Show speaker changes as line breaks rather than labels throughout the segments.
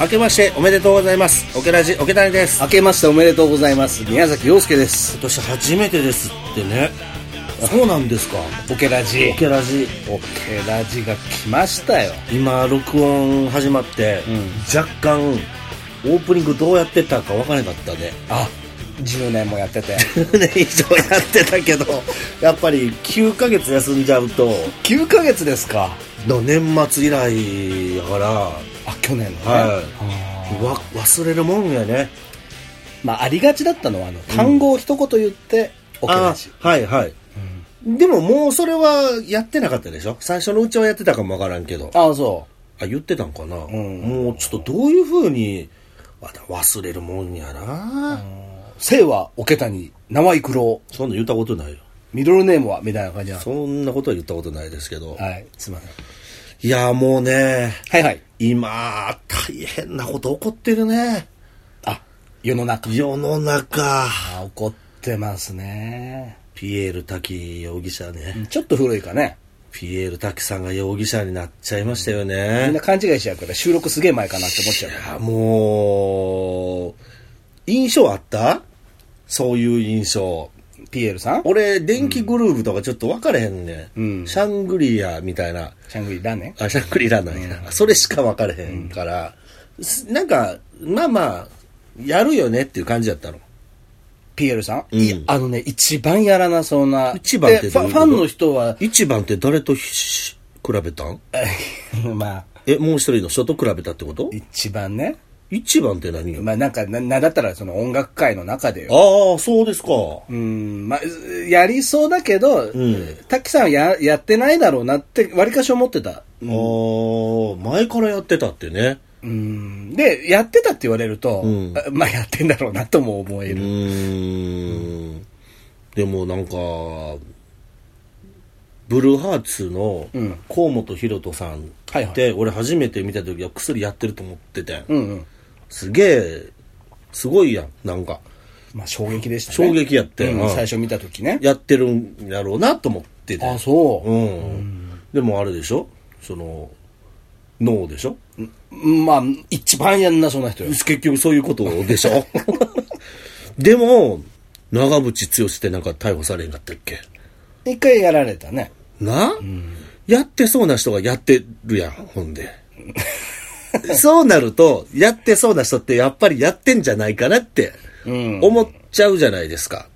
明けましておめでとうございますオケラジオケタネです
明けましておめでとうございます宮崎陽介です
今年初めてですってねそうなんですか
オケラジ
オケラジ
オケラジが来ましたよ
今録音始まって、
うん
若干オープニングどうやってたか分からなかったね
あ10年もやってて
10年以上やってたけどやっぱり9ヶ月休んじゃうと
9ヶ月ですか
の年末以来やから
あ去年のね、
はいわ忘れるもんやね
まあ、ありがちだったのはあの単語を一言言ってオケラ
あ
ジ、
はいはいでももうそれはやってなかったでしょ最初のうちはやってたかもわからんけど
ああそ
あ言ってたんかな、
ん
もうちょっとどういうふうにわ忘れるもんやな、
う姓はオケタに名はイクロ
そんなん言ったことないよ
ミドルネームはみたいな感じなの
そんなことは言ったことないですけど、
はいすいません
い、やもうね
はいはい
今大変なこと起こってるね
あ世の中
世の中
あ怒ってますね
ピエール滝容疑者ね、
ちょっと古いかね
ピエール滝さんが容疑者になっちゃいましたよ
みん
ね
な、勘違いしちゃうから収録すげえ前かなって思っちゃう
いやもう印象あったそういう印象
ピエールさん
俺、電気グルーブとかちょっと分かれへんね、
うん
シャングリアみたいな。
シャングリラーメン
あ、シャングリラなんや。それしか分かれへんから、すなんか、まあまあ、やるよねっていう感じだったの。
ピエールさん、
うん
いやあのね、一番やらなそうな。
一番って
でフ
どういう
ァ
こ
ンフ
と
ァンの人は、
一番って誰と比比べたん
まあ、
え、もう一人の人と比べたってこと
一番ね。
一番って何よ
まあなんか、な、なんだったらその音楽界の中でよ。
ああ、そうですか。
うん、まあ、やりそうだけど、
ん
滝さんはややってないだろうなって、割かし思ってた。
ああ、前からやってたってね。
うん。で、やってたって言われると、
うん
あまあやってんだろうなとも思え
う
る。
ーん。でもなんか、ブルーハーツの
うん
河本ロ人さんって、
はいは
俺初めて見た時は薬やってると思ってて、
うんうん。
すげえ、すごいやん、なんか。
まあ衝撃でしたね。
衝撃やって、
うん
うん
最初見た時ね。
やってるんやろうなと思ってて。
あ、そう。
うん。でもあれでしょその、脳でしょ
まあ、一番やんなそうな人よ。
結局そういうことでしょ でも、長渕剛ってなんか逮捕されんかったっけ
一回やられたね。
な、やってそうな人がやってるやん、ほんで。そうなると、やってそうな人ってやっぱりやってんじゃないかなって
うん
思っちゃうじゃないですか。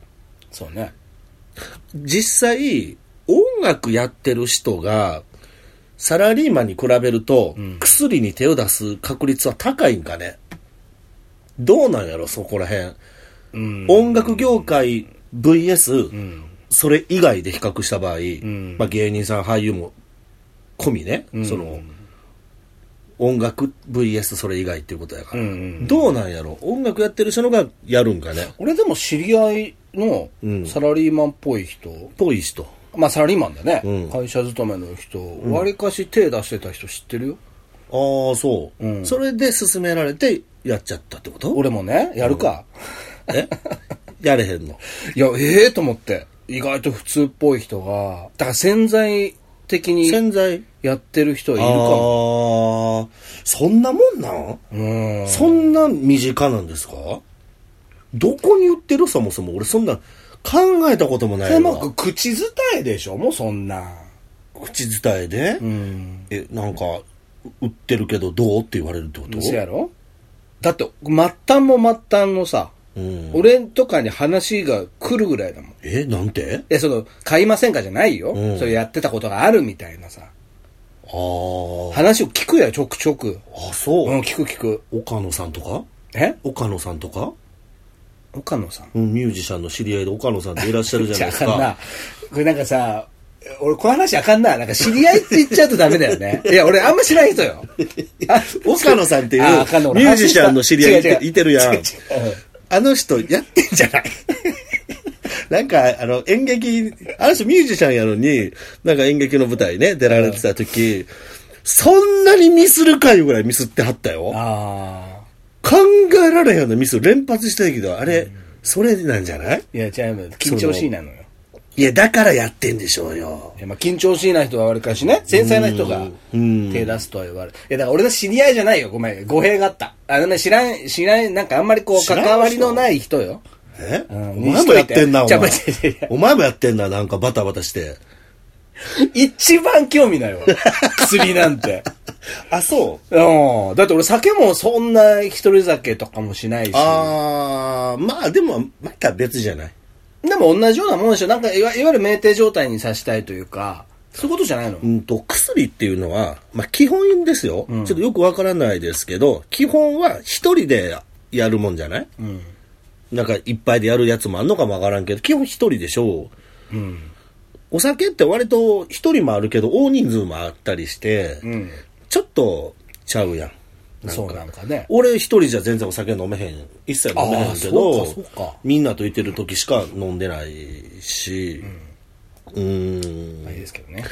そうね。
実際、音楽やってる人が、サラリーマンに比べると、薬に手を出す確率は高いんかね。どうなんやろ、そこら辺。
うん。
音楽業界 VS、それ以外で比較した場合、
ん
まあ、芸人さん俳優も込みね、その音楽 VS それ以外っていうことやから、
うんうん
どうなんやろ音楽やってる人のがやるんかね
俺でも知り合いの
うん
サラリーマンっぽい人、
ぽい人
まあサラリーマンだね。
うん
会社勤めの人、わりかし手出してた人知ってるよ。
ああそう、
うん
それで勧められてやっちゃったってこと
俺もね、やるか。
えやれへんの
いや、ええと思って。意外と普通っぽい人が、だから潜在的に
潜在いる
やってる人いる
か
かも。
もそんなもんなん
うん。
そんな身近なんですかどこに売ってるそもそも俺そんな考えたこともない
で
わ
も、口伝えでしょもうそんな。
口伝えで、
うん。
えなんか売ってるけどどうって言われるってこと
そうやろだって、末端も末端のさ、
うん、
俺とかに話が来るぐらいだもん。
えなんて
え、その、買いませんかじゃないよ。
うん
それやってたことがあるみたいなさ。
あー
話を聞くや、ちょくちょく。
あそう、
うん、聞く聞く。
岡野さんとか
え
岡野さんとか、
岡野さん。
うん、ミュージシャンの知り合いで岡野さんっていらっしゃるじゃないです
あかん
か
な。これなんかさ、俺この話あかんな。なんか知り合いって言っちゃうとダメだ よね。いや、俺あんま知らん人よ。あ
岡野さんっていう
ああかんの俺
ミュージシャンの知り合い
違う違う
いてるやん
違う違ううん
あの人やってんじゃない なんか、あの、演劇、あの人ミュージシャンやのに、なんか演劇の舞台ね、出られてた時、そんなにミスるかいうぐらいミスってはったよ。
あ
考えられへんようなミス連発してたけど、あれ、それなんじゃない
ー。いや、違うよ。緊張しいなのよ。
いや、だからやってんでしょうよ。
いやまあ緊張しいな人はわりかしね、繊細な人が
うん
手出すとは言われる。いやだから俺の知り合いじゃないよ、ごめん。語弊があった。あのね、知らん、知らん、なんかあんまりこう、
知らん人
関わりのない人よ。
えお
うん
前もやってんな、お
じゃ
前
あ待って待って待って。
お前もやってんな、なんかバタバタして。
一番興味ないわ。薬なんて。
あ、そう
うん。だって俺酒もそんな一人酒とかもしないし。
あー、まあでも、また別じゃない。
でも同じようなもんでしょ。なんかいわ、いわゆる酩酊状態にさしたいというか、そういうことじゃないの
うんと、薬っていうのは、まあ基本ですよ。ちょっとよくわからないですけど、基本は一人でやるもんじゃない
うん。
なんかいっぱいでやるやつもあんのかもわからんけど、基本一人でしょう。
うん。
お酒って割と一人もあるけど、大人数もあったりして、
うん。
ちょっとちゃうやん。
そうなんかね。
俺一人じゃ全然お酒飲めへん。一切飲めへんけど
あーそうかそうか、
みんなといてる時しか飲んでないし、うーん。
いいですけどね。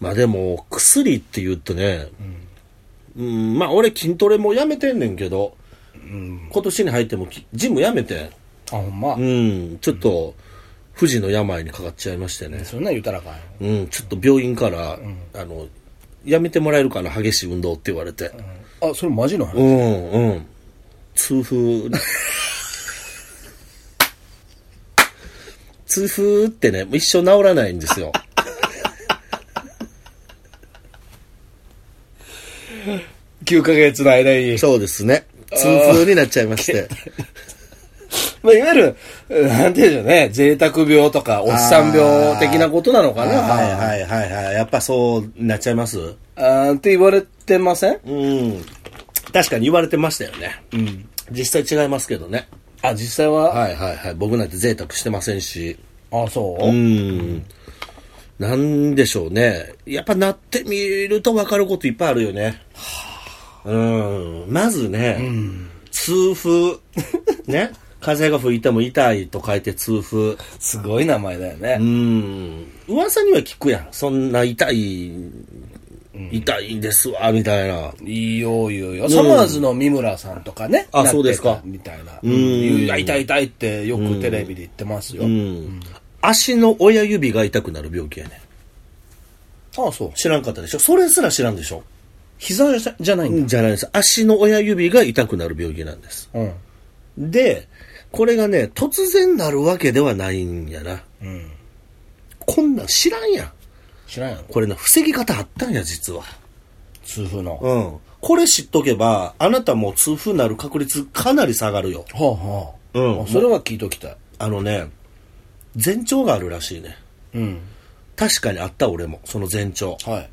まあでも、薬って言うとね、うん、まあ俺筋トレもやめてんねんけど、
うん。
今年に入ってもきジムやめて、
あ、ほんま。
うん、ちょっと、不治の病にかかっちゃいましてね。
そんなん言うたらあかんよ。
うん、ちょっと病院から、あの、やめてもらえるかな、激しい運動って言われて。
あ、それマジの話
うん、うん。痛風。痛風ってね、もう一生治らないんですよ。
9ヶ月の間に。
そうですね。痛風になっちゃいまして。
まあ、いわゆる、うんなんていうんでしょうね、贅沢病とか、おっさん病的なことなのかな。
はいはいはいはい。やっぱそうなっちゃいます
あーって言われてません
うん。確かに言われてましたよね。
うん。
実際違いますけどね。
あ、実際は、
はいはいはい。僕なんて贅沢してませんし。
あ、そうう、
ん。なんでしょうね。やっぱなってみると分かることいっぱいあるよね。うん。まずね、痛 風。ね。風が吹いても痛いと書いて痛風。
すごい名前だよね。
うん。噂には聞くやん。そんな痛い、痛いんですわ、みたいな。
いいよ、いいよいいよ。サマーズの三村さんとかね。
あ
なってた
そうですか
みたいな。うん。いや痛い痛いってよくテレビで言ってますよ。
うん。足の親指が痛くなる病気やね
あ、そう。
知らんかったでしょそれすら知らんでしょ
膝じゃじゃないんだ。
じゃないです。足の親指が痛くなる病気なんです。
うん。
で、これがね、突然なるわけではないんやな。
うん。
こんなん知らんやん。
知らんやろ
これな、防ぎ方あったんや、実は。
痛風の。は
うん。これ知っとけば、あなたも痛風になる確率かなり下がるよ。
あはあ。
うん
あそれは聞いときたい。
あのね、前兆があるらしいね。
うん。
確かにあった俺も、その前兆。
はい。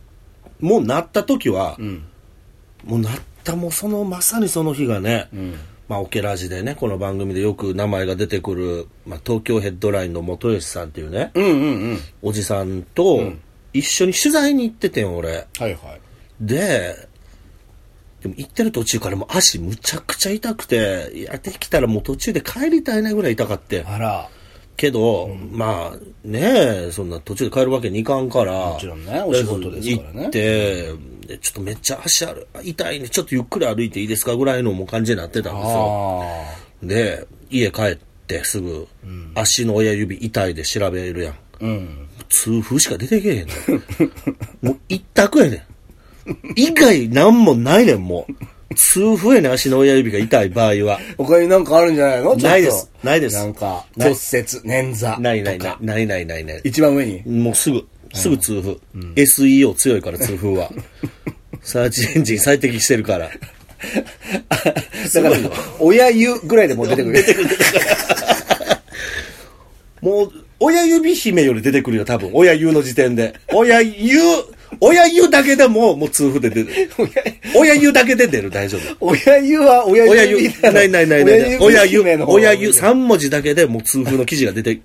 もうなった時は、
ん
もうなったもうそのまさにその日がね、
ん
まあオケラジでねこの番組でよく名前が出てくる、まあ、東京ヘッドラインの元吉さんっていうね、
うんうんうん。
おじさんと一緒に取材に行っててん俺
はいはい。
ででも行ってる途中からもう足むちゃくちゃ痛くていやできたらもう途中で帰りたいなぐらい痛かって
あら。
けど、まあねえそんな途中で帰るわけにいかんからも
ちろんねお仕事ですからね
行ってでちょっとめっちゃ足ある痛いねちょっとゆっくり歩いていいですかぐらいのもう感じになってたんですよ
あ
で家帰ってすぐ、足の親指痛いで調べるやん
あ。うん。
痛風しか出てけえへんねん もう一択やねん以外なんもないねんもう痛風やねん足の親指が痛い場合は
他になんかあるんじゃないのちょっと
ないですないです
なんか、
ない
骨折、捻挫。
ないない
と
ない
か
ないないないない
一番上に。
もうすぐ、すぐ痛風。SEO 強いから痛風は。サーチエンジン最適してるから。
だから、親湯ぐらいでもう出てくる。
もう、親指姫より出てくるよ、多分。親湯の時点で。親湯、親湯だけでも、もう痛風で出る。親湯だけで出る、大丈夫。
親湯は親
親
湯
湯、ないないないない。親
親
湯
湯名の、方
親湯、3文字だけでもう痛風の記事が出て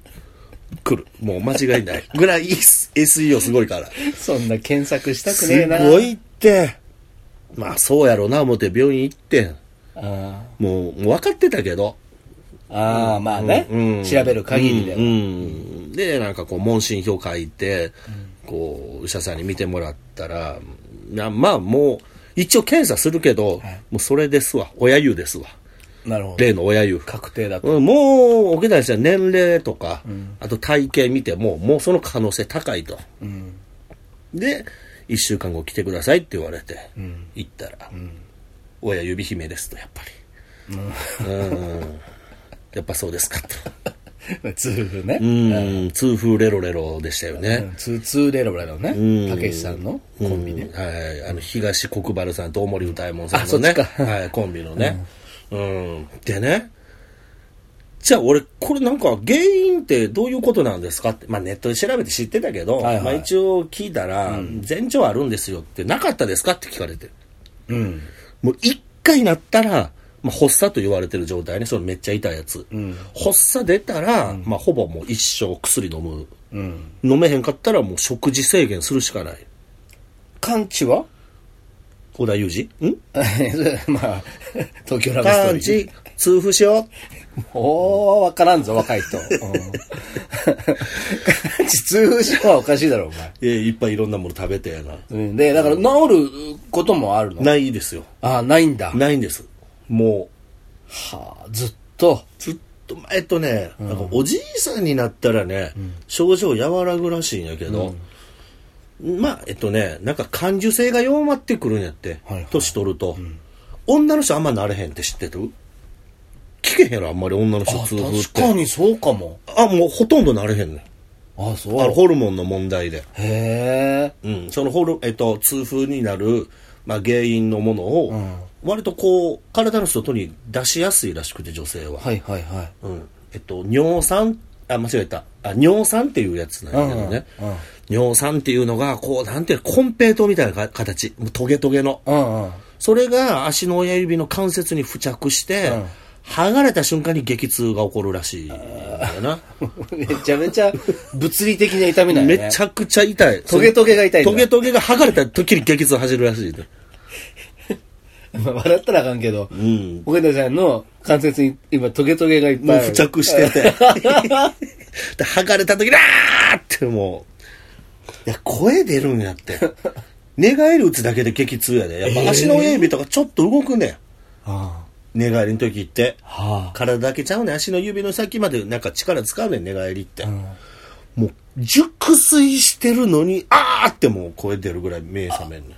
くる。もう間違いない。ぐらい SEO すごいから。
そんな検索したく
す
ねえな。
ごいって。まあ、そうやろうな、思って病院行ってん。
あ
もう、もう分かってたけど。
ーあー、まあね、
うん
調べる限りでは。
うんうんで、なんかこう、問診票書いて、こう、医者さんに見てもらったら、なまあもう、一応検査するけど、もうそれですわ。親湯ですわ。
なるほど。
例の親湯。
確定だと。
うんもう、おけたりした年齢とか、あと体型見ても、もうその可能性高いと。
うん。
で、一週間後来てくださいって言われて、行ったら、親指姫ですと、やっぱり。うんやっぱそうですかと。
痛風ね。
うん、痛風レロレロでしたよね。
痛、痛レロレロね。たけしさんのコンビね。
うんはい、あの東国原さんと大森歌右衛門さん
あそ
のね、
っちか
はい、コンビのね、うんでねじゃあ俺これなんか原因ってどういうことなんですかって、まあ、ネットで調べて知ってたけど、
はいはい
まあ、一応聞いたら、前兆あるんですよってなかったですかって聞かれて
うん。
もう一回なったら、まあ、発作と言われてる状態ねそのめっちゃ痛いやつ、
ん
発作出たら、まあ、ほぼもう一生薬飲む
うん。
飲めへんかったらもう食事制限するしかない
完治は
小田裕二ん
まあ、東京ラブ
パン
ストーリー。
チ、痛風しよ
おー、わからんぞ、若い人。うん、 痛風症はおかしいだろ、お前。
う。え、いっぱいいろんなもの食べてやな。
うんで、だから治ることもあるの。
ないですよ。
あ、ないんだ。
ないんです。も
はあ、ずっと。
う、ずっと、まえっとね、なんかおじいさんになったらね、症状和らぐらしいんやけど、まあ、えっとね、なんか感受性が弱まってくるんやって
はいはい、
年取ると。女の人あんまなれへんって知ってる聞けへんやろ、あんまり女の人
あ
痛風っ
確か
て。
にそうかも。
あ、もうほとんどなれへんねん。
あ、そ
あの
う。
ホルモンの問題で。
へえ。
うん、そのホル、えっと、痛風になる、まあ、原因のものを、
ん
割とこう体の外に出しやすいらしくて女性は、
はいはいはい。
うんえっと、尿酸あ間違えたあ尿酸っていうやつなんだけどね、
うんうん
尿酸っていうのがこうなんていうのコンペイトみたいなか形もうトゲトゲの
うん うん。
それが足の親指の関節に付着して、剥がれた瞬間に激痛が起こるらしいんだよな
めちゃめちゃ物理的な痛みなん やね。
めちゃくちゃ痛い
トゲトゲが痛いんだ
トゲトゲが剥がれた時に激痛走るらしいね
まあ笑ったらあかんけど、
ん
岡田さんの関節に今トゲトゲがいっぱ
もう
いある。
付着してて。で、剥がれた時に、あーってもう、いや、声出るんや って。寝返り打つだけで激痛やで。やっぱ足の親指とかちょっと動くねん。
あ
寝返りの時って。
あは
体だけちゃうねん足の指の先までなんか力使うねん、寝返りって。
ん
もう、熟睡してるのに、あーってもう声出るぐらい目覚めんねん。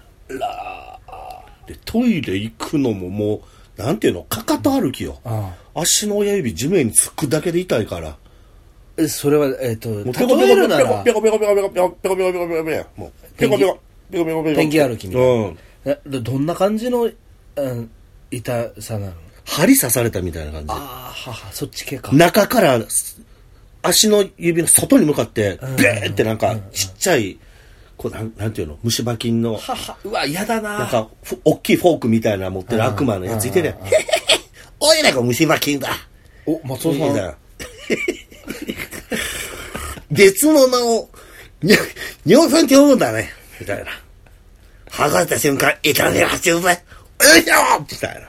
で、トイレ行くのももう、なんていうの、かかと歩きよ。
あ。
足の親指地面につくだけで痛いから。
えそれは、えっ、
もう
と、例えるなら
ペ、コペコペコペコペコペコペコペコペコペコペコもうペコペコペコペコペコ
ペンギン歩きみたいな
うん。
えどどんな感じの、うん、痛さなの
針刺されたみたいな感じ。
ああ、はは、そっち系か。
中からす足の指の外に向かって、ベーってなんかちっちゃい、こうなんなんていうの、虫歯菌の、
はは、うわ、嫌だな。
なんか、ふ大きいフォークみたいなの持ってる悪魔のやついてね。へへへおいらが虫歯菌だ
お、松
みた
尾
い
さん。
な。 別の名を、にょ尿酸って呼ぶんだね。みたいな。剥がれた瞬間、痛みが走るぜ。よいしょみたい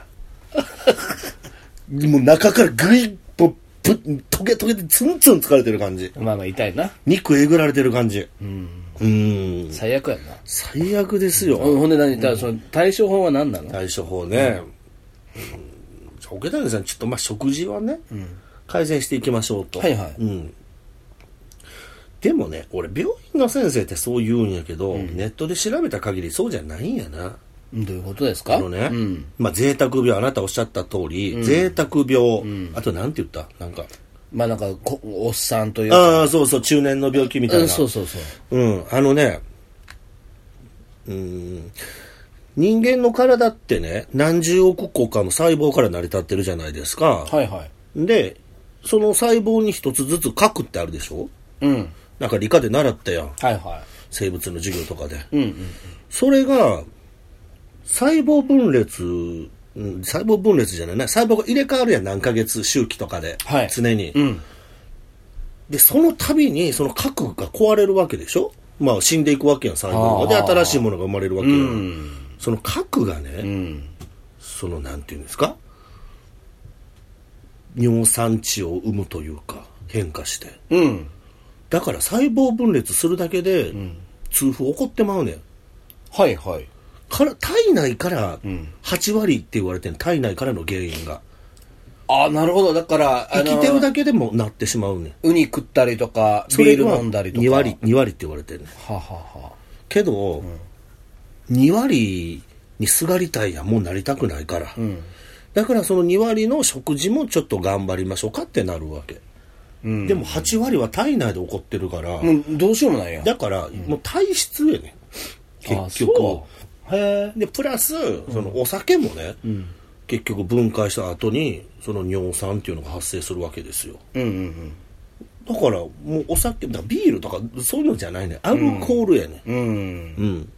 な。もう中からグイッと、ぶトゲトゲでツンツン疲れてる感じ。
まあまあ、痛いな。
肉えぐられてる感じ。うん。ん。
最悪やな。
最悪ですよ。
ほんほんで何だからその対処法は何なの
対処法ね。うん、桶谷さん、ちょっとまあ食事はね、改善していきましょうと。
はいはい
うん。でもね、俺、病院の先生ってそう言うんやけど、ネットで調べた限りそうじゃないんやな。
どういうことですか
あのね、
うん。
まあ贅沢病、あなたおっしゃった通り、贅沢病、あとなんて言ったなんか。
まあなんかこ、おっさんというか。
ああ、そうそう、中年の病気みたいな。
うんそうそうそう。
うん、あのね、うん、人間の体ってね、何十億個かの細胞から成り立ってるじゃないですか。
はいはい。
で、その細胞に一つずつ核ってあるでしょ
うん。
なんか理科で習ったやん。
はいは
生物の授業とかで。
い。うんうん。
それが、細胞分裂、うん細胞分裂じゃないね。細胞が入れ替わるやん、何ヶ月周期とかで。
はい
常に。
うん。
で、その度に、その核が壊れるわけでしょまあ、死んでいくわけやん、細胞が。で、
あー
新しいものが生まれるわけやん。
うん。
その核がね、
うん。
その、なんていうんですか尿酸値を生むというか、変化して。
うん。
だから細胞分裂するだけで、痛風起こってまうねん。
はいはい。
から体内から
ん
8割って言われてん体内からの原因が
あ、なるほど。だから、あ
生
の
きてるだけでもなってしまうねん
ウニ食ったりとか、
そ
ビ
れ
ール
が
飲んだりとか。
2割。2割って言われてるねん
ははは。
けど、2割にすがりたいやんもうなりたくないから、だだからその2割の食事もちょっと頑張りましょうかってなるわけ。
うん
でも8割は体内で起こってるから、
もうどうしようもないやん。
だからもう体質やね、ん、結局
そ。へ
で、プラス、そのお酒もね、結局分解した後に、その尿酸っていうのが発生するわけですよ。
え。うんうん
だから、もうお酒、だからビールとかそういうのじゃないね。アルコールやね、
うん。う
ん。
ん。
うん。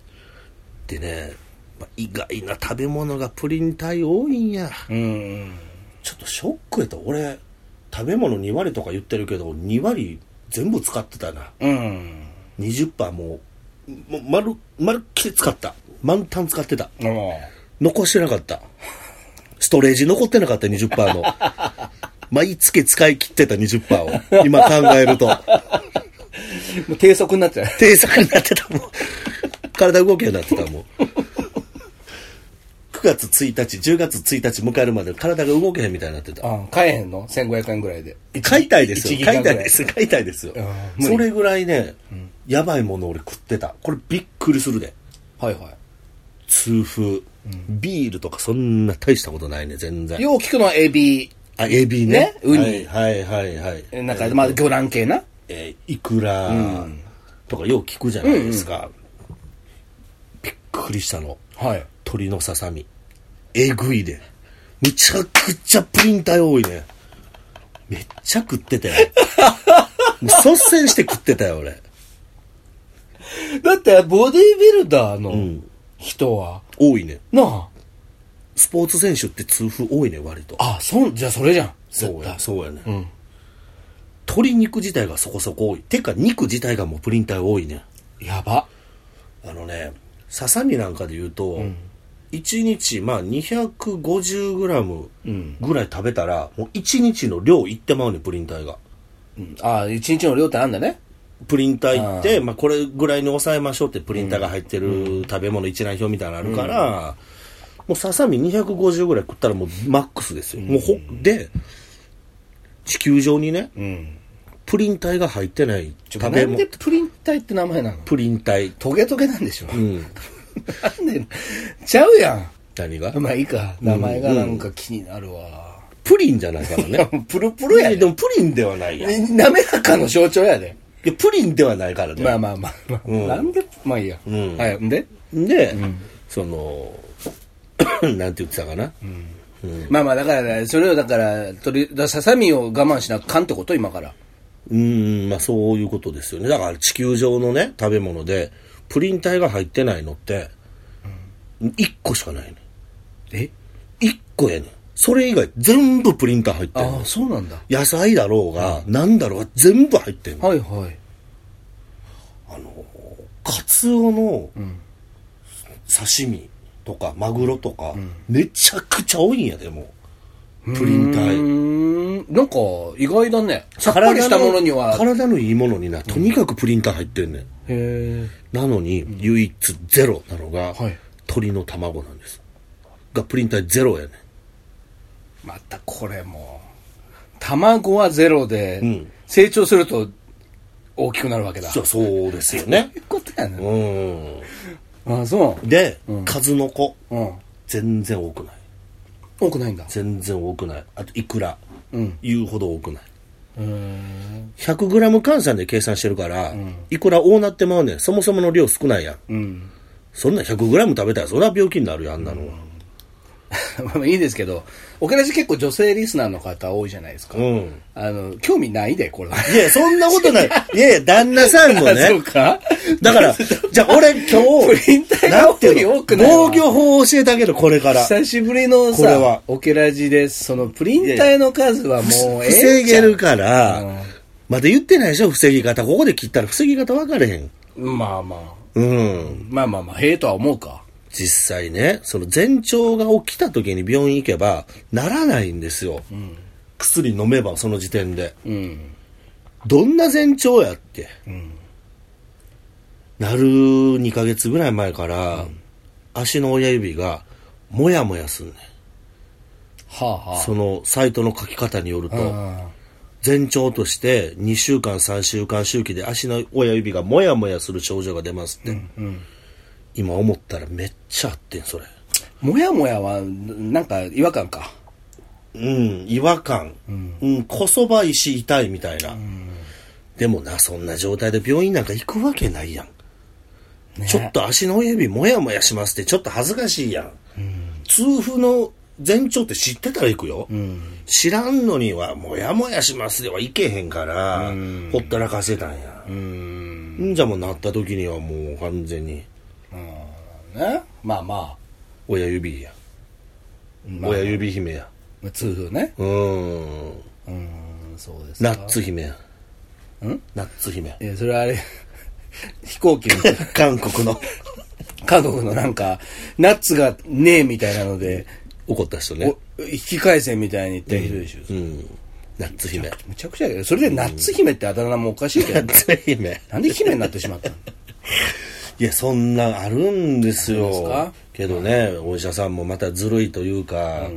でね、まあ意外な食べ物がプリン体多いんや。
うん。
ちょっとショックやと、俺、食べ物2割とか言ってるけど、2割全部使ってたな。
うん。
20%もう、もう丸、丸っきり使った。満タン使ってた。
も
残してなかった。ストレージ残ってなかった20%の。毎月使い切ってた20%を。今考えると。
う低速になっちゃう。
低速になってたもん。体動けようになってたもん。9月1日、10月1日迎えるまで体が動けへんみたいになってた。
あ買えへんの ?1500 円ぐらいで。
買いたいです
1
よ。
ギ
買
ガ
い
ぐ
た
ら
いです。買いたいですよ
あー。無理
それぐらいね、やばいもの俺食ってた。これびっくりするで。
はいは
痛風。ビールとかそんな大したことないね、全然
い。。よう聞くのはエビ、
あ、エビね。
ねウニ
はいはいはいはい。
なんか、まあ、魚卵系な。
えー、いくらとかよう聞くじゃないですか。びっくりしたの。
はい。
鳥のささみ。えぐいで。めちゃくちゃプリン体多いね。めっちゃ食ってたよ。 もう率先して食ってたよ、俺。
だって、ボディービルダー
う
の
ん。
人は、
多いね。
なあ、
スポーツ選手って痛風多いね、割と。
あ、そん、じゃあそれじゃん。
そうや、
絶
そうやね。
対。うん。
鶏肉自体がそこそこ多い。てか、肉自体がもうプリン体多いね。
やば。
あのね、ささみなんかで言うと、1日、まあ、250グラムぐらい食べたら、もう1日の量いってまうね、プリン体が。
うんあ、一日の量ってあんだね。
プリン体って、まあ、これぐらいに抑えましょうってプリン体が入ってる食べ物一覧表みたいなのあるから、もうささみ250ぐらい食ったらもうマックスですよ。もうほ、で、地球上にね、
うん。
プリン体が入ってない
な
食べ
ん
物
で、プリン体って名前なの
プリン体、
トゲトゲ なんでしょ。
うん、
なんで、ちゃうや
何が
ん。まあいいか。名前がなんか気になるわ。
プリンじゃ ないからね。
プルプルや
いや
で。
でもプリンではないやん。い
滑らかの象徴やで。
やプリンではないからね。
まあまあまあまあ。
うん
なんで、まあいいや。
ん
はい。んで、
で、その、 なんて言ってたかな。
まあまあだからね、それをだから、取り、だからささみを我慢しなあかんってこと今から。
うーん、まあそういうことですよね。だから地球上のね、食べ物で、プリン体が入ってないのって、1個しかないね。
え
1個やねん。それ以外全部プリン体入ってん
あ
の
あ、そうなんだ。
野菜だろうが、なんだろうが全部入ってんの。
はいはい。
カツオの刺身とかマグロとか、めちゃくちゃ多いんやで、もう。プリン
う
体。
ーん。なんか、意外だね。さっぱりしたものには。へ
体のいいものにな、とにかくプリン体入ってんねん。
え。
なのに、唯一ゼロなのが、
はい
鳥の卵なんです。が、プリン体ゼロやね。
またこれも。卵はゼロで、
ん
成長すると大きくなるわけだ。
そう、そうですよね
い。うことやね。
う
ああ、そ
ん。で、数の子、
う。うん。
全然多くない。
多くないんだ。
全然多くない。あと、いくら、
うん。
言うほど多くない。
うーん。
100g 換算で計算してるから、いくら多なってまうねん。そもそもの量少ないやん。
うん。
そんな 100g 食べたら、そりゃ病気になるやん、あんなのは。
まあいいですけど、オケラジ結構女性リスナーの方多いじゃないですか。
うん。
あの、興味ないで、これは。
いや、そんなことない。いやいや、旦那さん もね
そ。うか
だから、じゃあ俺今日、
プリン体が
なんていう
多い
の
多くないわ
防御法を教えてあげる、これから。
久しぶりの
これは
さ、オケラジで、そのプリン体の数はもうええんちゃ
防
う
げるから、
うん
まだ言ってないでしょ、防ぎ方。ここで切ったら防ぎ方分かれへん。
まあまあ。
うん。
まあまあまあ、へえとは思うか。
実際ね、その前兆が起きた時に病院行けば、ならないんですよ。薬飲めば、その時点で。
うん。
どんな前兆やって。
ん
なる2ヶ月ぐらい前から、足の親指が、もやもやすんねん。
はあはあ。
そのサイトの書き方によると、
うん
前兆として2週間3週間周期で足の親指がもやもやする症状が出ますって、今思ったらめっちゃあってんそれ
もやもやは、なんか違和感か。
うん、違和感、
うん
うん、こそば石痛いみたいな、でもな、そんな状態で病院なんか行くわけないやん。
ね
ちょっと足の親指もやもやしますってちょっと恥ずかしいやん。痛風の前兆って知ってたら行くよ。
うん
知らんのには、もやもやしますでは行けへんから、ほったらかせたんや
う。ん
んじゃもうなった時にはもう完全に
ねまあま
親指や。
あ
親指姫や。
まあ痛風ね
うーん。
うんそうです
ナッツ姫や。
ん
ナッツ姫。
えそれはあれ 飛行機の
韓国 の
韓国のなんかナッツがねえみたいなので
怒った人ね。
お引き返せみたいに言ってる人でしょ、
うん。ナッツ姫。
むちゃくちゃやけどそれでナッツ姫ってあだ名もおかしい け
ナッ
ど、
ツ姫。
なんで姫になってしまったの
いや、そんなんあるんですよ。
ですか
けどね、お医者さんもまたずるいというか、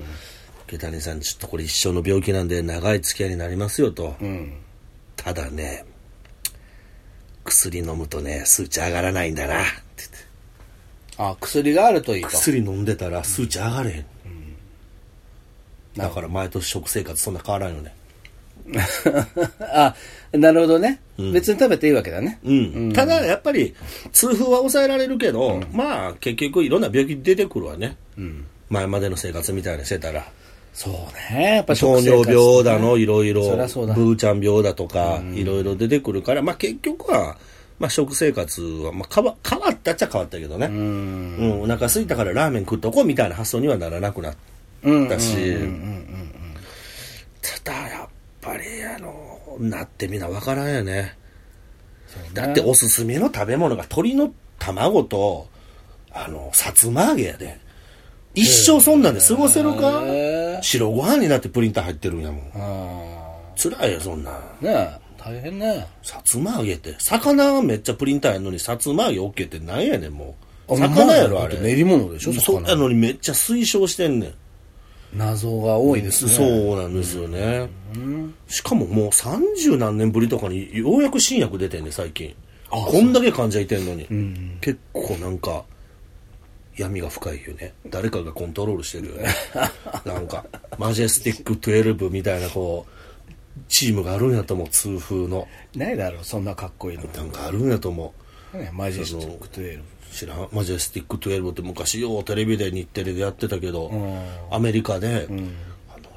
池谷さん、ちょっとこれ一生の病気なんで長い付き合いになりますよと。
うん
ただね、薬飲むとね、数値上がらないんだな。って言って
あ薬があるといいと
薬飲んでたら数値上がれへん。だから前と食生活そんな変わらんよね。
あなるほどね、別に食べていいわけだね
うん。ただ、やっぱり、痛風は抑えられるけど、まあ、結局いろんな病気出てくるわね。前までの生活みたいにしてたら。
そうねやっぱ
糖
食生
尿
活
病だの、いろいろ、
そ
ブ
りゃそうだ
ーちゃん病だとか、いろいろ出てくるから、まあ結局は、まあ食生活は、まあ変わ変わったっちゃ変わったけどね。うん,、お腹空いたからラーメン食っとこうみたいな発想にはならなくなっ
うん
たし、ただやっぱり、あの、なってみなわからんよね。だっておすすめの食べ物が鶏の卵と、あの、さつま揚げやで。一生そんなんで過ごせるか
へー
白ご飯になってプリンター入ってるんやもん。
あ
辛いよそんなん
ーねえ大変ね
さつま揚げって魚はめっちゃプリンターやのにさつま揚げ OK ってなんやねんもう
あ
魚やろ
ま
あ
だ
れ
練り物でしょ
そう
魚
やのにめっちゃ推奨してんねん
謎が多いですね
そうなんですよね、しかももう三十何年ぶりとかにようやく新薬出てんね最近こんだけ患者いてんのに、結構なんか闇が深いよね誰かがコントロールしてる よねなんかマジェスティック12みたいなこうチームがあるんやと思う痛風の
ないだろうそんなかっこいいの
なんかあるんやと思う
ねマジェスティックトゥエル
知らんマジェスティック12って昔ようテレビで日テレでやってたけど、
ん
アメリカで、あの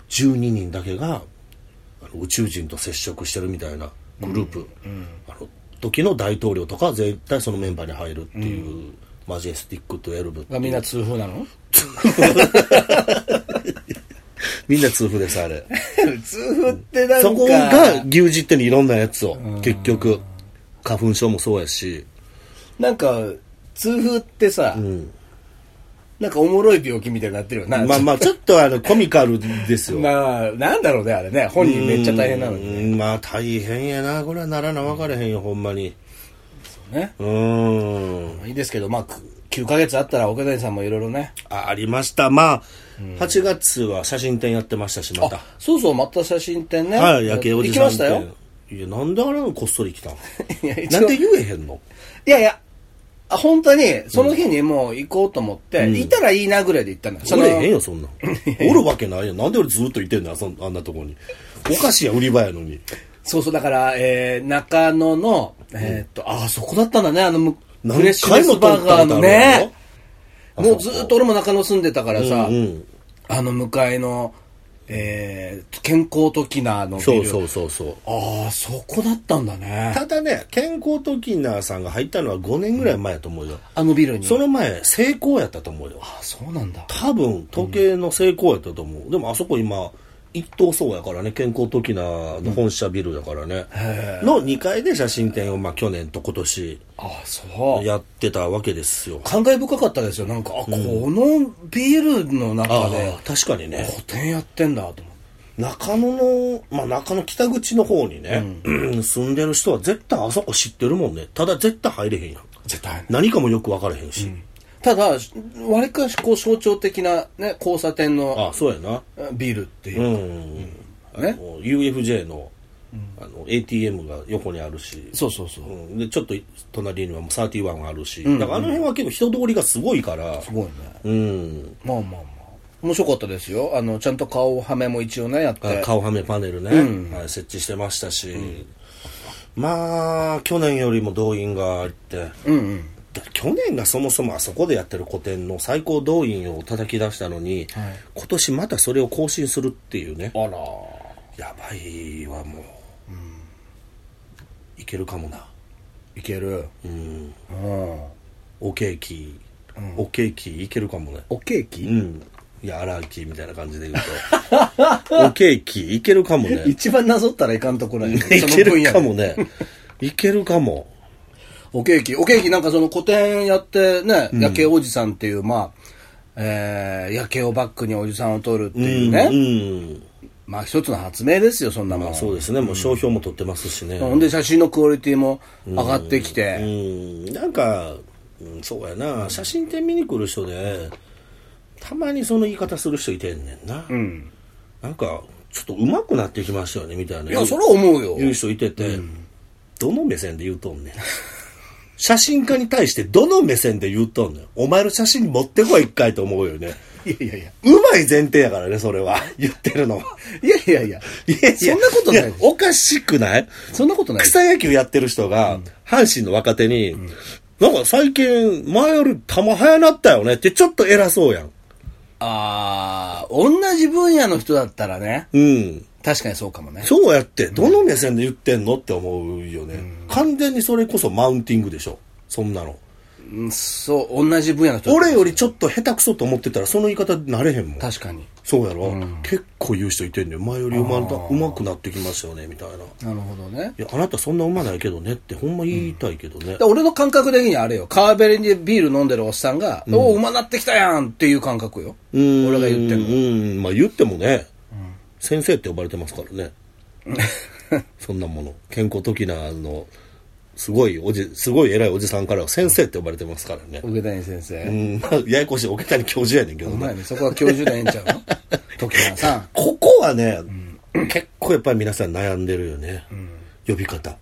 12人だけがあの宇宙人と接触してるみたいなグループ、あの時の大統領とかは絶対そのメンバーに入るっていう、マジェスティック12って
がみんな痛風 なの
みんな痛風ですあれ
痛風って なんか
そこが牛耳ってんのいろんなやつを、結局花粉症もそうやし
なんか痛風ってさ、なんかおもろい病気みたいになってるよな
まあまあちょっとあのコミカルですよ
まあなんだろうねあれね本人めっちゃ大変なのに
うんまあ大変やなこれはならな分かれへんよ、ほんまに
ね
うーん
いいですけどまあく9ヶ月あったら岡谷さんもいろいろね
あありましたまあ、8月は写真展やってましたしまた
あそうそうまた写真展ね
はい夜景おじさん
行きましたよ
っていやなんであれのこっそり来たの
い や一応
なんで言えへんの
いやいや、あ本当に、その日にもう行こうと思って、いたらいいなぐらいで行ったのよ。そ
お
の
れへんよそ んなんおるわけないよなんで俺ずっといてんのよそんあんなとこにお菓子や売り場やのに
そうそう、だから、えー、中野の、えーっと、ああ、そこだったんだね、あの、むフレッ
何
シュネ
回も
ス
通った
バー
ことあ
ガー
る
の
やろ
ね、もうずっと俺も中野住んでたからさ、
うん
あの向かいの、えー、健康時なあのビル。
そうそうそうそう
ああ、そこだったんだね。
ただね健康トキナーさんが入ったのは5年ぐらい前やと思うよ、
あのビルに。
その前成功やったと思うよ
あそうなんだ。
多分時計の成功やったと思う、でもあそこ今一等層やからね健康時なの本社ビルだからね、の2階で写真展を、まあ、去年と今年
ああ、そう。
やってたわけですよ
感慨深かったですよ。なんか、あ、このビルの
あ
中
あ
で、
確かにね
個展やってんだと思って。
中野の、まあ、中野北口の方にね、 住んでる人は絶対あそこ知ってるもんねただ絶対入れへんやん
絶対
何かもよく分からへんし、
ただわりかしこう象徴的な、ね、交差点の
ああそうやな
ビルっていうう、
ん、あの
ね
UFJ のあの ATM が横にあるし
そうそうそう、
うんでちょっと隣にはもう31があるし、だからあの辺は結構人通りがすごいから、
すごいね
うん、
まあまあまあ面白かったですよ。あの、ちゃんと顔はめも一応ね、やって。
顔はめパネルね、はい、設置してましたし、まあ去年よりも動員があって、
うんうん。
去年がそもそもあそこでやってる個展の最高動員を叩き出したのに、
はい
今年またそれを更新するっていうね
あら
やばいわもう、いけるかもない
ける。
うん
うん。
おケーキ、おケーキいけるかもね
おケー
う
キ
んいや荒木みたいな感じで言う とおケーキいけるかもね
一番なぞったらいかんところや
いけるかもね。いけるかも。
おケーキ、おケーキなんかその古典やってね、夜景おじさんっていう、まあ、えー、夜景をバックにおじさんを撮るっていうね、
うん。
まあ一つの発明ですよ、そんなもん。
そうですね。もう商標も取ってますしね。
ほんで写真のクオリティも上がってき
う
て、
ん。なんか、うんそうやな。写真展見に来る人で、たまにその言い方する人いてんねんな。
うん。
なんか、ちょっと上手くなってきましたよね、みたいな。
いや、それは思うよ。
言う人いてて、どの目線で言うとんねん。 写真家に対してどの目線で言うとんねん。お前の写真持ってこい一回と思うよね。
いやいやいや。
うまい前提やからね、それは。 言ってるのは。
いやいやいや。
いやいや
そんなことない
やおかしくない
そんなことない。
草野球やってる人が、阪神の若手に、なんか最近、前より球速なったよねって、ちょっと偉そうやん。
あー、同じ分野の人だったらね、
うん。
確かにそうかもね。
そうやって、どの目線で言ってんのって思うよね。完全にそれこそマウンティングでしょ。そんなの。
うんそう、同じ分野の人だった
俺
ら
よりちょっと下手くそと思ってたら、その言い方になれへんもん。
確かに。
そうやろ、結構言う人いてんねよ。前よりうまうまくなってきましたよね、みたいな。
なるほどね。
いや、あなたそんなうまないけどねって、ほんま言いたいけどね。
で俺の感覚的にはあれよ。川べりでビール飲んでるおっさんが、おお、馬なってきたやんっていう感覚よ。
うん
俺が言ってる
うん、まあ言ってもね、先生って呼ばれてますから ね。そんなもの。健康的な、あの、すごいおじ、すごい偉いおじさんからは先生って呼ばれてますからね。
上谷先
う
生。
ん、まあ、ややこしい、桶谷教授やねんけど
お
ね。
前ね、そこは教授でええんちゃう の時間さん。
ここはね、結構やっぱり皆さん悩んでるよね。呼び方。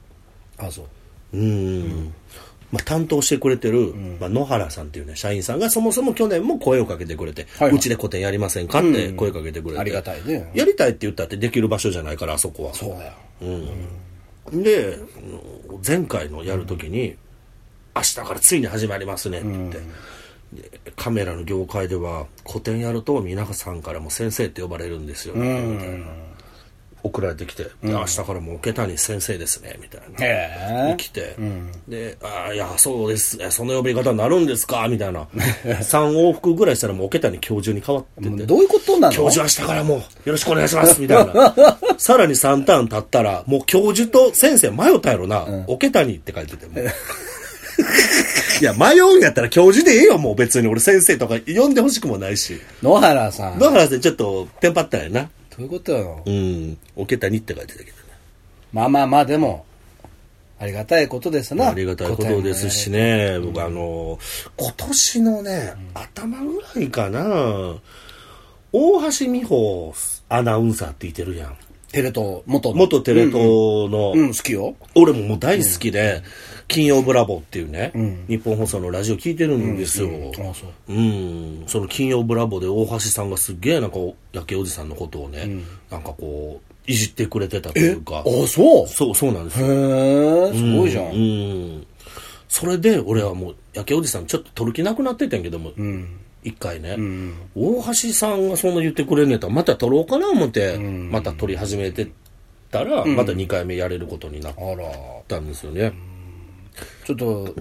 あ、そう。
うん。まあ、担当してくれてる、まあ、野原さんっていうね、社員さんがそもそも去年も声をかけてくれて、
はいはいう
ちで個展やりませんかって声かけてくれて。
ありがたいね。
やりたいって言ったってできる場所じゃないから、あそこは。
そうだよ。
うんで、前回のやるときに、明日からついに始まりますねって言って、でカメラの業界では、個展やると皆さんからも先生って呼ばれるんですよ、みたいな。送られてきて、で明日からもう桶谷先生ですね、みたいな。
へえ。
来て、で、ああ、いや、そうです、えその呼び方になるんですか、みたいな。3往復ぐらいしたらもう桶谷教授に変わってて。
どういうことなの
教授は明日からもうよろしくお願いしますみたい な。さらに3ターン経ったら、もう教授と先生迷ったやろな。桶谷って書いててもう。 いや、迷うんやったら教授でええよ、もう別に。俺先生とか呼んでほしくもないし。
野原さん。ど
だからちょっとテンパったんやな。
ういうことよ。
うん。桶谷って書いてたけどね。
まあまあまあ、でも、ありがたいことですな。
ありがたいことですしね。僕あの、今年のね、頭ぐらいかな。大橋美穂アナウンサーっていてるやん。
テレ東、元の。
元テレ東の、
うん、好きよ。
俺ももう大好きで、金曜ブラボーっていうね、日本放送のラジオ聞いてるんですよ。
あそ
う
う。
ん、その金曜ブラボーで大橋さんがすっげえなんか、焼けおじさんのことをね、なんかこう、いじってくれてたというか、
あ、そう。
そう、そうなんですよ。
へえ、すごいじゃ。
うんん。それで俺はもう、焼けおじさんちょっと取る気なくなってたんやけども、一回ね、大橋さんがそんな言ってくれんねやったら、また取ろうかな思って、また取り始めてたら、また2回目やれることになっ
あら。
たんですよね。
ちょっと、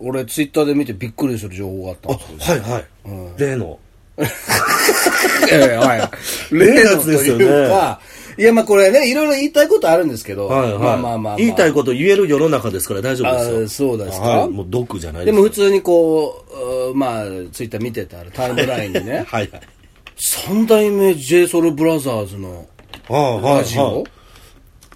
俺ツイッターで見てびっくりする情報があったん
あ
ですよ。
はいはい、例の
ええはい。 例のというか、いやまあこれね、いろいろ言いたいことあるんですけど、
はいはい、
まあまあまあ。
言いたい
こ
こと言える世の中ですから大丈夫
あ
で
あ
すよ
そうですか
はいもう毒じゃない
で
です、
も普通にこう、うーまあツイッター見てたらタイムラインにね
はいはい
三代目 JSOULBROTHERS の
ああはい
ラジオ
はい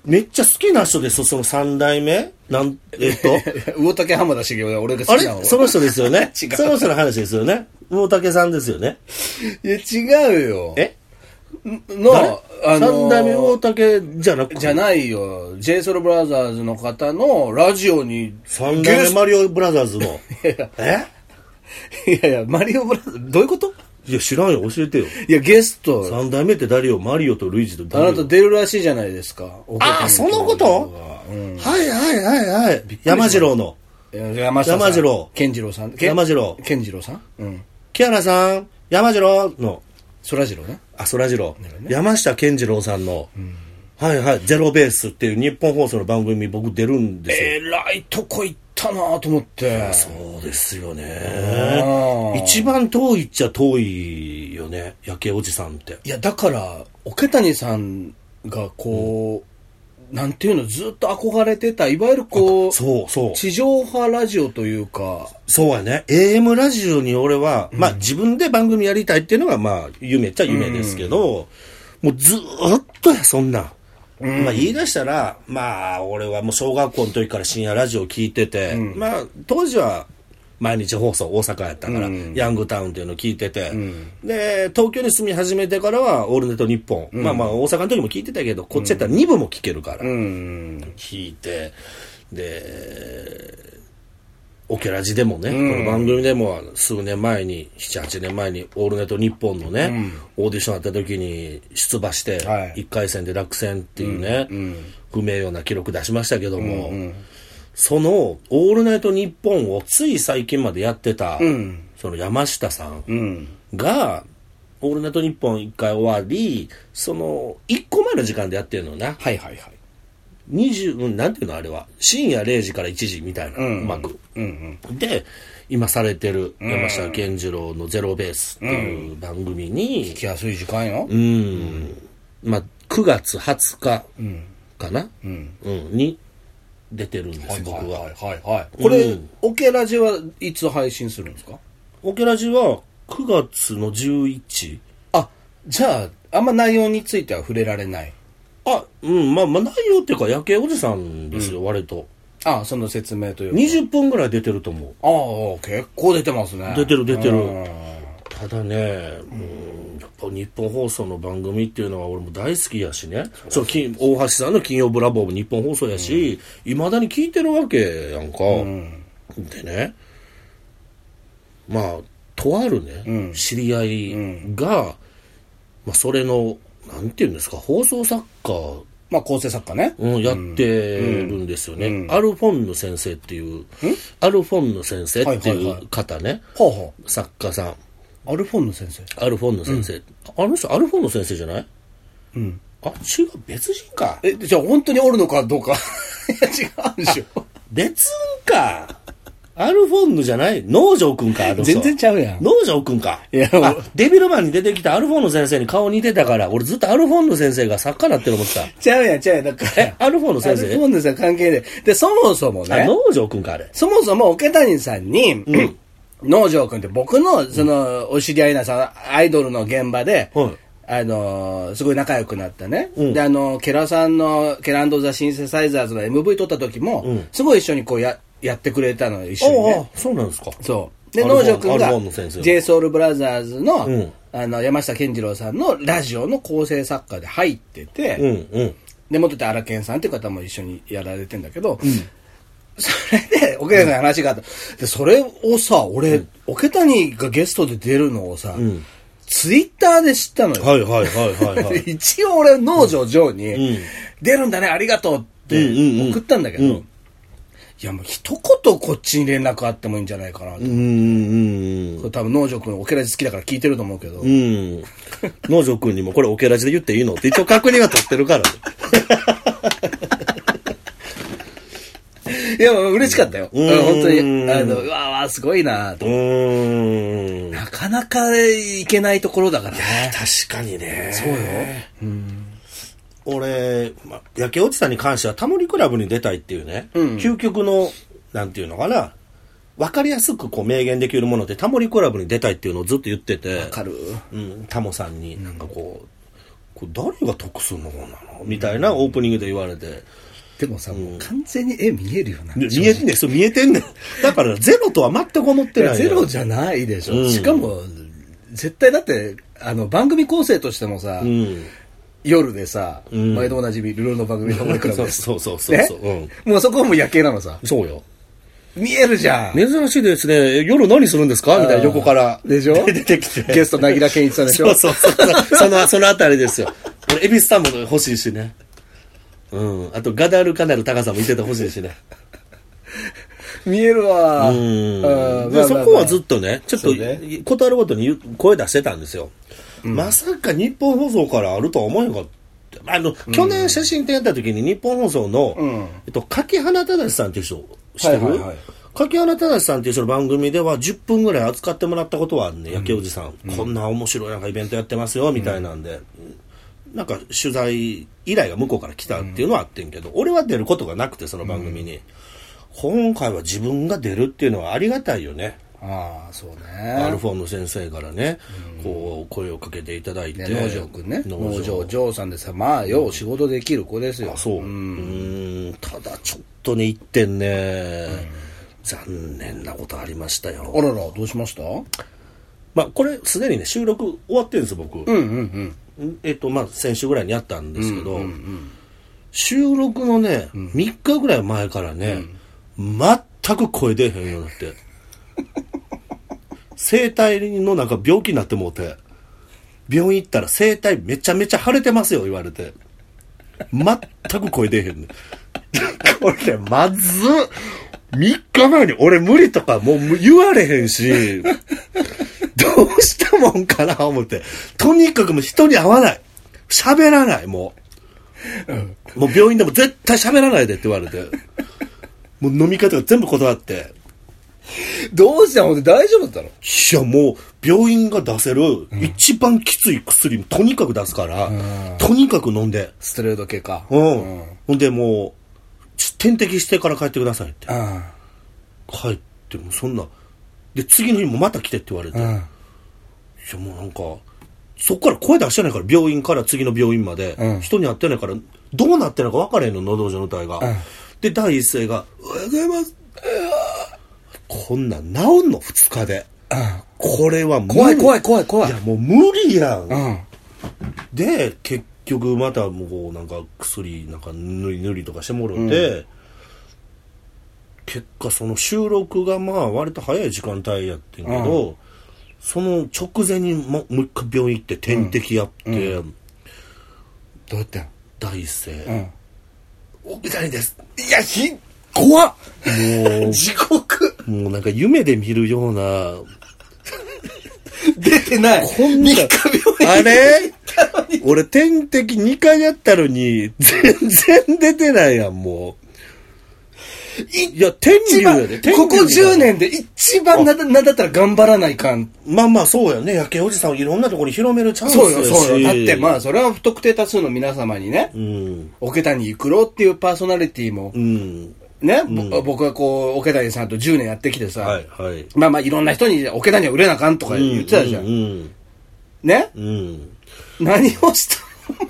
めっちゃ好きな人ですよその三代目なんえ っと
魚竹浜田茂雄が俺が
あ
好きな
れその人ですよ ねその人の話ですよね魚竹さんですよね
いや違うよ。
え
の、あ
三
のー
代目魚竹じゃなく
じゃ
て
ないよ。JSOULBROTHERS の方のラジオに
三代目マリオブラザーズの
いやいや
え
いやいや、マリオブラザーズ、どういうこと
いや、知らんよ、教え てよ。
いや、ゲスト、
三代目って誰よ、マリオとルイージと
あ
誰
なた
よ。
出るらしいじゃないですか。
ああ、そのこと
うん
はいはいはいはい。山次郎の。
山下さん。
山次郎
健次郎さん。け
山次郎
健次郎さんうん。
木原さん、山次郎の。
そら次郎ね。
あ、そら次郎。山下健次郎さんの。はいはい、ゼロベースっていう日本放送の番組僕出るんですよ。
えらいとこ行ったなと思って。
そうですよ
あ
ね。
ー
一番遠いっちゃ遠いよね、夜景おじさんって。
いや、だから、桶谷さんがこう、なんていうの、ずっと憧れてた、いわゆるこう、
そうそう。
地上波ラジオというか、
そうやね。AM ラジオに俺は、まあ自分で番組やりたいっていうのが、まあ夢っちゃ夢ですけど、もうずーっとや、そんなん。まあ言い出したら、まあ俺はもう小学校の時から深夜ラジオ聞いてて、まあ当時は毎日放送大阪やったから、ヤングタウンっていうのを聞いてて、で、東京に住み始めてからはオールネット日本、まあまあ大阪の時も聞いてたけど、こっちやったら2部も聞けるから、
うん。
聞いてでオケラジでもね、この番組でも数年前に78年前に「オールネットニッポン」のね、オーディションあった時に出馬して、
はい
1回戦で落選っていうね、不名誉な記録出しましたけども、その「オールナイトニッポン」をつい最近までやってた、
ん
その山下さん
うん。
が「オールナイトニッポン」1回終わりその1個前の時間でやってるのな
はいはいはい。
20うんなんていうのあれは深夜0時から1時みたいな幕、
うん
で今されてる山下健次郎の「ゼロベース」っていう番組
うん。
に
来やすい時間よ
う。ん、まあ、9月20日かな、
うん。
うんに出てるんです、僕は。
はいはい。これ
うん、
オケラジはいつ配信するんですか
オケラジは9月の11
あ、じゃあ、あんま内容については触れられない。
あうんまあまあ内容っていうか夜景おじさんですよ、割と
あ、その説明というか。
20分ぐらい出てると思う
ああ、結構出てますね。
出てる出てる
うん
ただね、うん、やっぱ日本放送の番組っていうのは俺も大好きやしねそう金大橋さんの「金曜ブラボー」も日本放送やしいま、未だに聞いてるわけやんか、でねまあとあるね、知り合いが、まあ、それのなんていうんですか放送作家
まあ、構成作家ね。
うん、やってるんですよね、アルフォンヌ先生っていうアルフォンヌ先生って
はい
い
はいは
う方ね、
ほうほ
作家さん
う。アルフォンの先生。
アルフォンヌ先生、あの人アルフォンヌ先生じゃない
うん。
あ違う別人か
え、じゃあ本当におるのかどうか。い や、違うんでしょ。
別人かアルフォンヌじゃない農場くんかあの人
全然ちゃうやん
農場くんか
いや
あデビルマンに出てきたアルフォンヌ先生に顔似てたから俺ずっとアルフォンヌ先生が作家なってる思ってた
ちゃうやん、ちゃうやん。だか ら。
えアルフォンヌ先
アルフォ
生
ンヌさん関係ない。で、そもそも
あ
ね、
農場くんかあれ
そもそも桶谷さんに、農場君って僕の、その、お知り合いなさ、アイドルの現場で、
はい
あのーすごい仲良くなったね。
うん
で、あの、ケラさんの、ケランドザ・シンセサイザーズの MV 撮った時も、
ん
すごい一緒にこうや、やってくれたのよ、一緒に
おうお
ね
う。そうなんですか
そう。で、
アルフォ
農
ン
場君
ア
が
ルフォンの先生
JSOULBROTHERS の、
うん
あの、山下健二郎さんのラジオの構成作家で入ってて、
うんうん
で、元って荒研さんっていう方も一緒にやられてんだけど、それで、桶谷さんに話があった。で、それをさ、俺、桶谷がゲストで出るのをさ、
ん
ツイッターで知ったのよ。
はいはいはいはいはい
一応俺、農場上に、
うん
出るんだね、ありがとうって
うんうんうん
送ったんだけど、
うん
いや、もう一言こっちに連絡あってもいいんじゃないか な。
うんうんうん
多分農場君、オケラジ好きだから聞いてると思うけど、
うん。 農場君にもこれオケラジで言っていいのって一応確認は取ってるからね。
いや、嬉しかったよ。
うん
うん本当に、あの、うわーわーすごいなーと
うーん。
なかなかいけないところだか らね。
確かにね。
そうよ。
俺、ま、焼けおじさんに関してはタモリクラブに出たいっていうね、
うん
究極の、なんていうのかな、わかりやすくこう明言できるものってタモリクラブに出たいっていうのをずっと言ってて
わ、かる
うん、タモさんになんかこう、これ誰が得するのかなみたいなオープニングで言われて、
でもさ、もう完全に絵見えるよな。
で見えてんねんそう見えてんねん。だからゼロとは全く思ってないのよ。
ゼロじゃないでしょ。
うん
しかも、絶対だって、あの、番組構成としてもさ、
うん。
夜でさ、
ん
毎度おなじみ、ルローの番組のクラブです。
そうそうそうそうそう
ねもうそこはもう夜景なのさ。
そうよ。
見えるじゃん。
珍しいですね。夜何するんですかみたいな横から。
でしょ
出てきて。
ゲスト、なぎら健一さんでし
そ
ょ
うそうそう。その、そ のあたりですよ。俺、エビスさんも欲しいしね。うん。あと、ガダルカナル高さんもいててほしいしね。
見えるわ。う
うん
ん
でそこはずっとね、ちょっと
そうね、
ことあるごとに言う声出してたんですよ。まさか日本放送からあるとは思えなかった。あの、去年写真展やった時に日本放送の、
うん
えっと、柿花正さんっていう人、知ってる、
はいはいはい
柿花正さんっていう人の番組では10分ぐらい扱ってもらったことはあるね、焼けおじさん,、こんな面白いなんかイベントやってますよ、みたいなんで。なんか取材依頼が向こうから来たっていうのはあってんけど、俺は出ることがなくて、その番組に。今回は自分が出るっていうのはありがたいよね。
ああ、そう
アル
ね。
フォーの先生からね、こう、声をかけていただいて。
ね、農場くんね。
農
農
場
場、ジョーさんでさ、まあ、よう仕事できる子ですよ。
あそう。うん。ただちょっとね、一点ね、残念なことありました
あ
よ。
らら、どうしましたうん
まあ、これ、すでにね、収録終わってるんですよ、僕。
うん
えっと、まあ、先週ぐらいにやったんですけど、収録のね、3日ぐらい前からね、全く声出へんようにな って。声帯のなんか病気になってもうて、病院行ったら声帯めちゃめちゃ腫れてますよ、言われて。全く声出へんね。 これね、まずっ、3日前に俺無理とかもう言われへんし、どうしたもんかな思って。とにかくもう人に会わない。喋らない、もう。もう病院でも絶対喋らないでって言われて。もう飲み方が全部断って。
うん。どうしたの大丈夫だったの
いや、もう、病院が出せる、一番きつい薬、とにかく出すから、とにかく飲んで。
ストレート系か。
うん。ほんで、もう、ち点滴してから帰ってくださいって。
あ
帰って、もうそんな。で、次の日もまた来てって言われて。
あ。うん。
いやもうなんかそこから声出してないから病院から次の病院まで、
うん
人に会ってないからどうなってるのか分からへんの喉上の体が、
ん
で第一声が「おはようございます」こんなん治んの2日で
あ
これは無理
怖い怖い怖い怖い
やもう無理やん、
あ。うん。
で結局またもうなんか薬なんかぬりぬりとかしてもろて、結果その収録がまあ割と早い時間帯やってんけど、その直前にももう一回病院行って点滴やって、
どうやってん
第一声、
うん。
奥谷です
いや、ひ、怖っ
も
地獄
うもうなんか夢で見るような
出てない
こんな
三日病院
あれ 俺点滴2回やったのに全然出てないやんもういや天竜
一
や
番
で天竜
ここ
や
10年で一番なだ、なんだったら頑張らないかん。
まあまあそうやね。夜景おじさんをいろんなところに広めるチャンス
そうよ、そうよ。
や
だっ
し
てまあ、それは不特定多数の皆様にね
う、ん。
桶谷育郎っていうパーソナリティも
う、ん。
ね、ぼ僕はこう、桶谷さんと10年やってきて
は
さ
い、、はい。
まあまあ、いろんな人に桶谷は売れなあかんとか言ってたじゃ。
うんん。
ね
うんうん。
何をした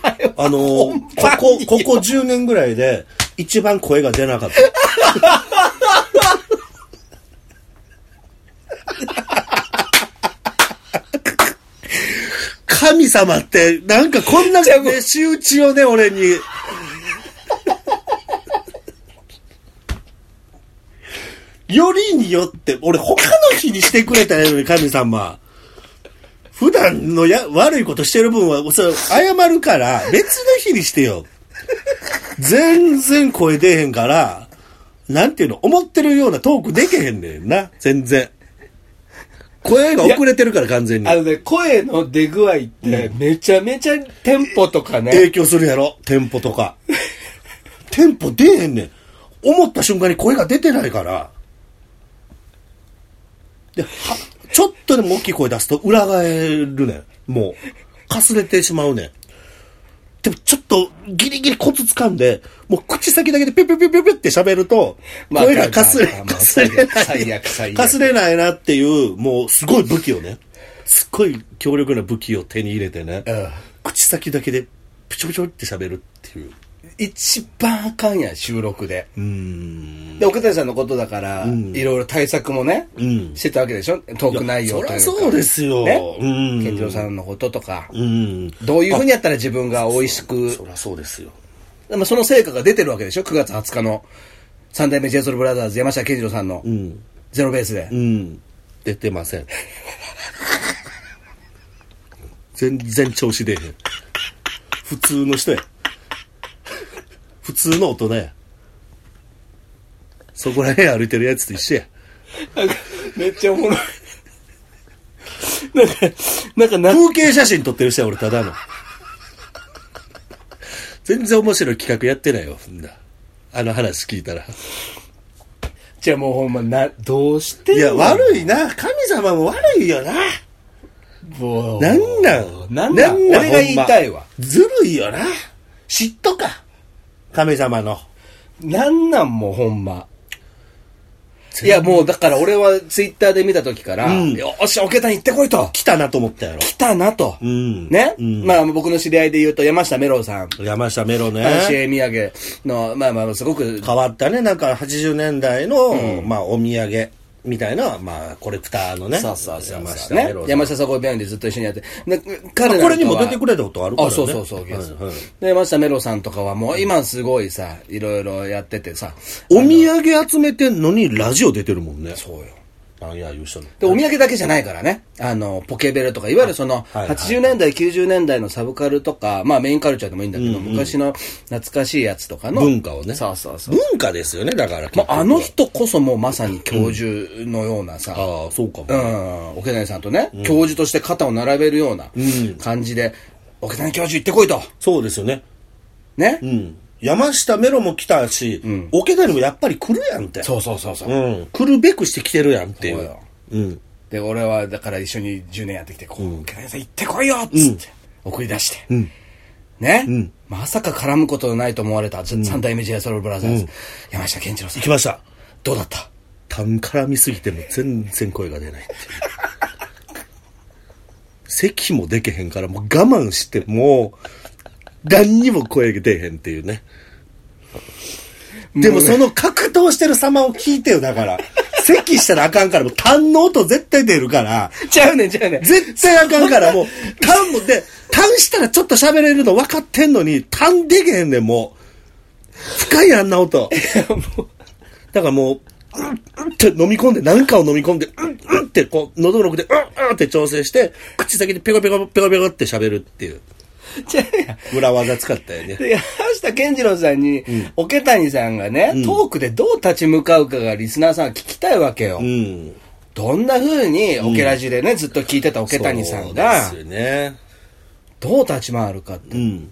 お前は。
あのー
本番
こ
に
こ、ここ10年ぐらいで、一番声が出なかった。 神様って、なんかこんな、
じゃあもう
ね、仕打ちをね、俺に。 よりによって、俺他の日にしてくれたらいいのに、神様。普段のや悪いことしてる分は、それ謝るから、別の日にしてよ。全然声出へんから、なんていうの、思ってるようなトークでけへんねんな、全然。声が遅れてるから、完全に
あ。のね、声の出具合って、めちゃめちゃテンポとかね、
影響するやろ、テンポとか。テンポ出へんねん。思った瞬間に声が出てないから。で、はちょっとでも大きい声出すと裏返るねん。もう、かすれてしまうねん。でもちょっとギリギリコツ掴んで、もう口先だけでピュピュピュピュピュって喋ると、
まあ
声がかすれ、
まあ
かすれない。
最悪最悪
かすれないなっていう、もうすごい武器をね。すっごい強力な武器を手に入れてね。
うん
口先だけでプチョプチョって喋るっていう。
一番あかんやん、収録で。
うーん。
で、奥谷さんのことだから、いろいろ対策もね、
ん
してたわけでしょトーク内容というか。
いやそりゃそうですよ
ね
うん。
健次郎さんのこととか、
うん。
どういうふうにやったら自分が美味しく、
そりゃそうですよ。
でもその成果が出てるわけでしょ ?9 月20日の三代目 j s o u l b r o t h e r 山下健二郎さんの
うん。
ゼロベースで
う。ん。出てません。全然調子出えへん。普通の人や。普通の大人や。そこら辺歩いてるやつと一緒や。
めっちゃおもろい。なんか、なんかな、
風景写真撮ってる人や、俺、ただの。全然面白い企画やってないよ、みんな。あの話聞いたら。
じゃあもうほんま、な、どうして
いや、
い。
悪いな。神様も悪いよな。
もう
なんなん
なんなん俺が言いたいわ。
ほん。まずるいよな。嫉妬か。神様の。
なんなんもうほんま。いや、もうだから俺はツイッターで見た時から、
うん
よーし、桶谷行ってこいと。
来たなと思ったやろ。
来たなと。
うん
ね、
うん
まあ僕の知り合いで言うと山下メロウさん。
山下メロ
阪
ね。
神土産の、まあまあ、すごく、
変わったね。なんか80年代の、まあ、お土産みたいな、まあ、コレクターのね。
そうそうそう
山
そ
下
うね
メロ。
山下総合病院でずっと一緒にやって。
ま
で
あ
彼なんかは
これにも出てくれたことあるからね。
あ、そうそうそう。
はいはい
で、山下メロウさんとかはもう今すごいさ、いろいろやっててさ。
お土産集めてんのにラジオ出てるもんね。
そうよ。
なんや、言う人の。
で、お土産だけじゃないからね。あの、ポケベルとか、いわゆるその、
いはいはい
80年代、90年代のサブカルとか、まあメインカルチャーでもいいんだけど、昔の懐かしいやつとかの。
文化をね
そうそうそう。
文化ですよね、だから。
まあ、あの人こそもうまさに教授のようなさ、
ああ、そうかも。
うん、奥谷さんとね、教授として肩を並べるような感じで、奥谷教授行ってこいと。
そうですよね。
ね。
うん。山下メロも来たし、桶谷もやっぱり来るやんって。
そうそうそうそう。
うん。来るべくして来てるやんってい
そう
う
よ。
うん。
で、俺はだから一緒に10年やってきて、こう、奥谷さん行ってこいよっつって、送り出して。ね、まさか絡むことのないと思われた、三代目 j s o u l b r o t h e r 山下健一郎さん
来。ました。
どうだった
単絡みすぎても全然声が出ないって いう。咳もでけへんから、もう我慢して、もう、何にも声が出へんっていうね。でもその格闘してる様を聞いてよ、だから。咳したらあかんから、もう痰の音絶対出るから、
ちゃうねん、ちゃうねん。
絶対あかんから、もう、痰もで、痰したらちょっと喋れるの分かってんのに、痰でけへんねん、もう。深いあんな音。だからもう、うん、うんって飲み込んで、何かを飲み込んで、うん、うんって、こう、喉の奥で、うん、うんって調整して、口先でペコペコ、ペコペコって喋るっていう、
ちゃうやん。
裏技使ったよね。
で、山下健二郎さんに、桶谷さんがね、トークでどう立ち向かうかがリスナーさんは聞きたいわけよ。
うん。
どんな風に、オケラジでね、ずっと聞いてた桶谷さんが
そう、ですよね。
どう立ち回るかって。
うん。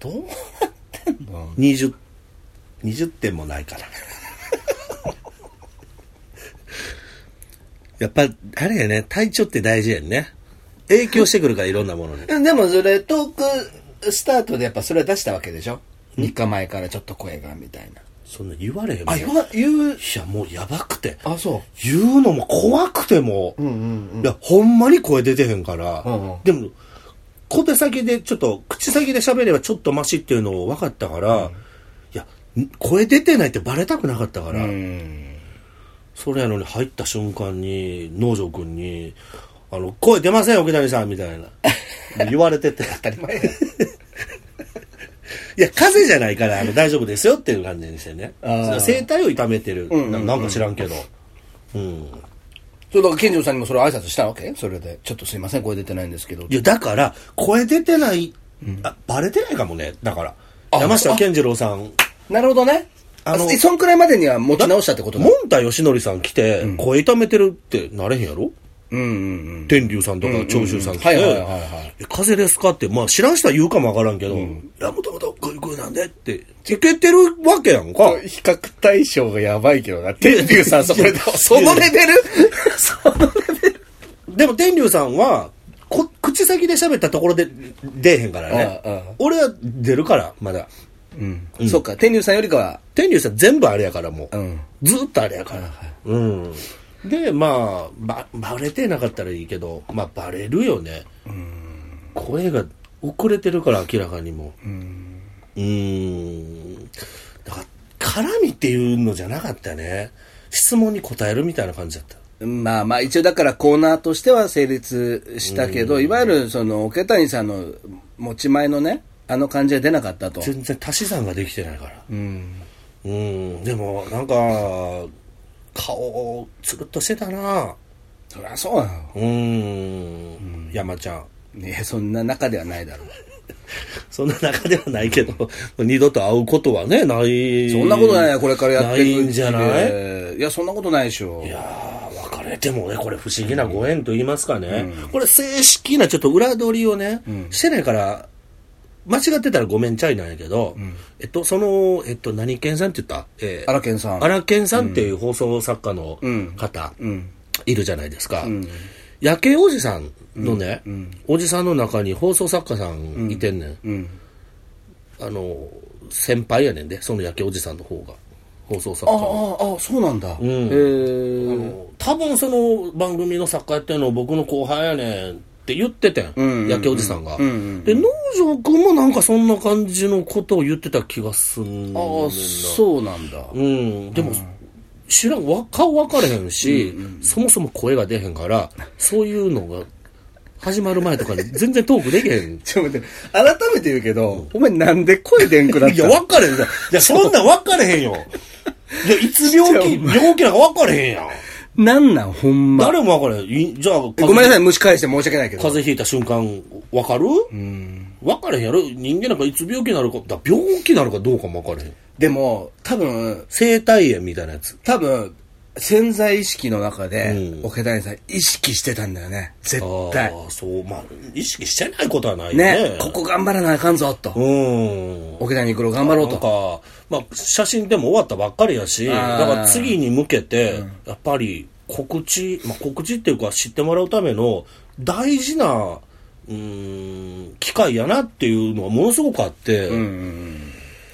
どうなってんの
20、20点もないから。 やっぱ、あれやね、体調って大事やんね。影響してくるから、いろんなものに。
でもそれ、トークスタートでやっぱそれは出したわけでしょ ?3 日前からちょっと声が、みたいな。
そんな言われへんもん
あ、言わ、言う
い、や、もうやばくて。
あ、そう。
言うのも怖くても、いや、ほんまに声出てへんから、
うんうん
でも、小手先で、ちょっと、口先で喋ればちょっとマシっていうのを分かったから、いや、ん声出てないってバレたくなかったから、
うん。
それやのに入った瞬間に、農場君に、あの、声出ません、沖谷さん、みたいな。 言われてて。
当たり 前だ。
いや、風邪じゃないから、あの、大丈夫ですよっていう感じにしてね。
あー
声帯を痛めてる、
んうんうん
な。なんか知らんけど。うん。
そう、だから健二郎さんにもそれ挨拶したわけそれで。ちょっとすいません、声出てないんですけど
い。や、だから、声出てない、あ、バレてないかもね。だから、山下健二郎さん、
なるほどね。あ
あ
の、
の
そんくらいまでには持ち直したってことだ
も。んたよしのりさん来て、声痛めてるってなれへんやろ
うんうんうん。
天竜さんとか長州さん来て、
はいはいはいはい
え風邪ですかって、まあ知らん人は言うかもわからんけど、いや、もともとこういう声なんでって、いけてるわけやんか。
比較対象がやばいけどな。天竜さん、そこで、そのレベルそのレベル
でも天竜さんは、こ口先で喋ったところで出えへんからね
ああああ。
俺は出るから、まだ。
うん。そっか、天竜さんよりかは、
天竜さん全部あれやからもう、
うん
ずーっとあれやから、うんでまあばバレてなかったらいいけどまあバレるよね声が遅れてるから明らかにもうんんだから絡みっていうのじゃなかったね質問に答えるみたいな感じだった
まあまあ、一応だからコーナーとしては成立したけど、いわゆるその、桶谷さんの持ち前のね、あの感じは出なかったと。
全然足し算ができてないから。
うん。
うん、でもなんか、顔、つるっとしてたな
そりゃそうなの。
うん、山ちゃん。
いや、そんな中ではないだろう。
そんな中ではないけど、 二度と会うことはね、ない。
そんなことないよこれからやっていく
ないんじゃない
いいや、そんなことないでしょ。
いやー、別れてもね、これ不思議なご縁と言いますかね。これ正式なちょっと裏取りをね、してないから、間違ってたらごめんちゃいなんやけど、えっと、その、えっと、何県さんって言ったえー
荒研さん。
荒研さんっていう放送作家の
ん
方、
うん。
いるじゃないですか。夜景おじさんのね、おじさんの中に放送作家さんいてんねん。
うん。
あの、先輩やねんで、その夜景おじさんの方が、放送作
あ
家
あ、あ
の。
あ、そうなんだ。
ん
へえ。
多分その番組の作家やってるの僕の後輩やねんって言っててん、
んうんうん
焼けおじさんが。
うんうん
で、農場君もなんかそんな感じのことを言ってた気がすんねん
ああ、そうなんだ。。
うん、でも、知らん、わ顔分かれへんし、そもそも声が出へんから、そういうのが始まる前とかに全然トークできへん
ちょっと待って、改めて言うけど、お前なんで声でんくなっ
い
た
や、
の
分かれへん。いや、そんなん分かれ へんよ。いや、いつ病気、病気なんか分かれへんやん。
なんなん、ほんま。
誰も分かれへんい。じゃあ、ご
ごめんなさい、蒸し返して申し訳ないけど。
風邪ひいた瞬間、わかる
うん。
わからへんやろ人間なんかいつ病気になるか、だ病気なのかどうかもわからへん。
でも、多分、
生体炎みたいなやつ。
多分、潜在意識の中で
う、ん
桶谷さん意識してたんだよね。絶対。
ああ、そう、まあ、意識してないことはないよね。
ね、ここ頑張らなあかんぞ、
う
と。
ん。
桶谷黒頑張ろう
なん
と。
か、まあ、写真でも終わったばっかりやし、だ
あー
から次に向けて、やっぱり告知、まあ、告知っていうか知ってもらうための大事な、うーん、機会やなっていうのはものすごくあって、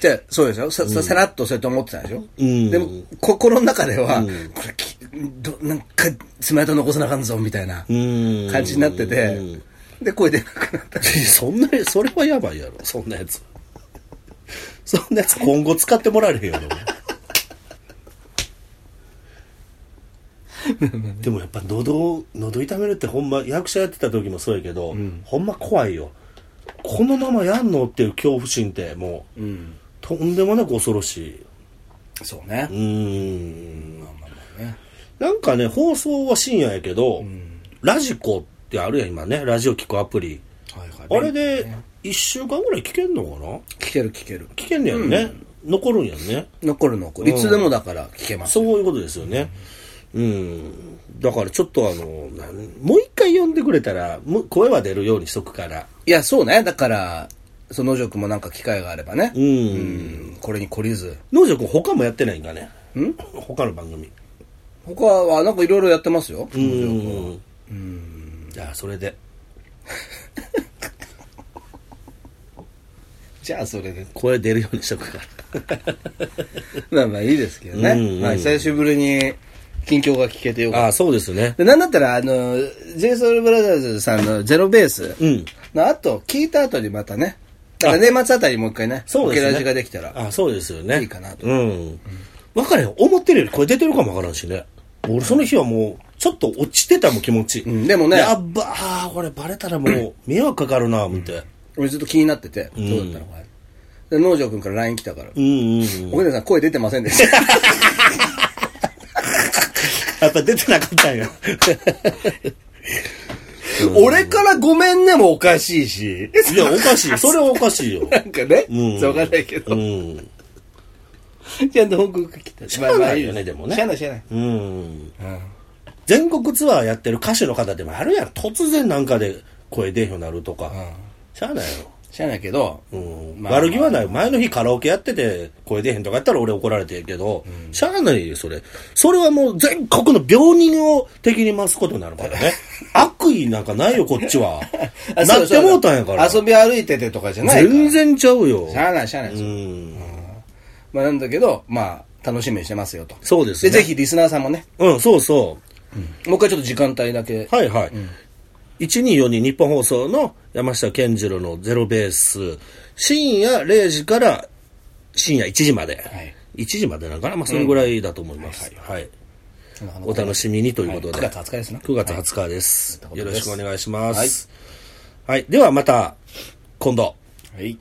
じゃあそうでしょさ、さ、さらっとそうやって思ってたでしょ
ん
でも、心の中では、これき、ど、なんか、爪痕残さなあかんぞ、みたいな
うん
感じになってて
うん、
で、声出なくな った。
そんな、それはやばいやろ、そんなやつ。そんなやつ今後使ってもらえへん やろ。でもやっぱ喉、喉痛めるってほんま、役者やってた時もそうやけど、ほんま怖いよ。このままやんのっていう恐怖心ってもう、とんでもなく恐ろしい。
そうね
う。ーん。
ね
なんかね、放送は深夜やけど、ラジコってあるやん、今ね、ラジオ聞くアプリ。
はいはい
あれで、1週間ぐらい聞けんのかな
聞ける聞ける。
聞けんねやろね、残るんやろね
残る残る。いつでもだから聞けます。
そういうことですよねうん、だからちょっとあのなんもう一回呼んでくれたらもう声は出るようにしとくから
いや、そうね。だから、その能力もなんか機会があればね
う。ん
うん。これに懲りず。
能條君他もやってないんかね
ん
他の番組
他は、なんかいろいろやってますよ。
うんじゃあそれで
じゃあ、それで。
声出るようにしとくから
まあまあいいですけど
うんう
ね。
ん
まあ久しぶりに近況が聞けてよかった。
ああそうですね
でなんだったら、あの、JSOULBROTHERS さんのゼロベース
うん
の後、聞いた後にまたね、だから年末あたりにもう一回ね、
そうです
オ
ね
ケラジができたら。
あそうですよね
いいかなと
うん分からへん思ってるより声出てるかも分からんしね俺その日はもうちょっと落ちてたもん気持ち、
うんでもね
やっばあーこれバレたらもう迷惑かかるな思って
俺ずっと気になってて、どうだったのかな。で、農場君から LINE 来たから、
うんうんうん
おげさん声出てませんでした。
やっぱ出てなかったん や
俺からごめんねもおかしいし。
いやおかしいそれはおかしいよ
なんかね、
うん
しょうがないけ
う
ど、
ん
ちゃんと報告が来た。し
ゃあないよねでもね
しゃあないしゃあない。
うん
うん
全国ツアーやってる歌手の方でもあるやん突然なんかで声出へんようになるとか、しゃあないよ
しゃあないけど、
うん
まあ。
悪気はない。前の日カラオケやってて、声出へんとかやったら俺怒られてるけど、しゃあないよ、それ。それはもう全国の病人を敵に回すことになるからね。悪意なんかないよ、こっちは なってもうたんやから。
遊び歩いててとかじゃないから
全然ちゃうよ。
しゃあないしゃあないです、
うん。
まあなんだけどまあ楽しみにしてますよと
そうです
で
ね。
ぜ。ひリスナーさんもね
うん、そうそ
もう一回ちょっと時間帯だけ
う。はいはい。1242日本放送の山下健次郎のゼロベース、深夜0時から深夜1時まで。
はい
1時までなのかなまあ、それぐらいだと思います。はい。お楽しみにということで。
はい9月20日ですね
9月20日です。
はい
よろしくお願いします。はい。ではまた、今度。
はい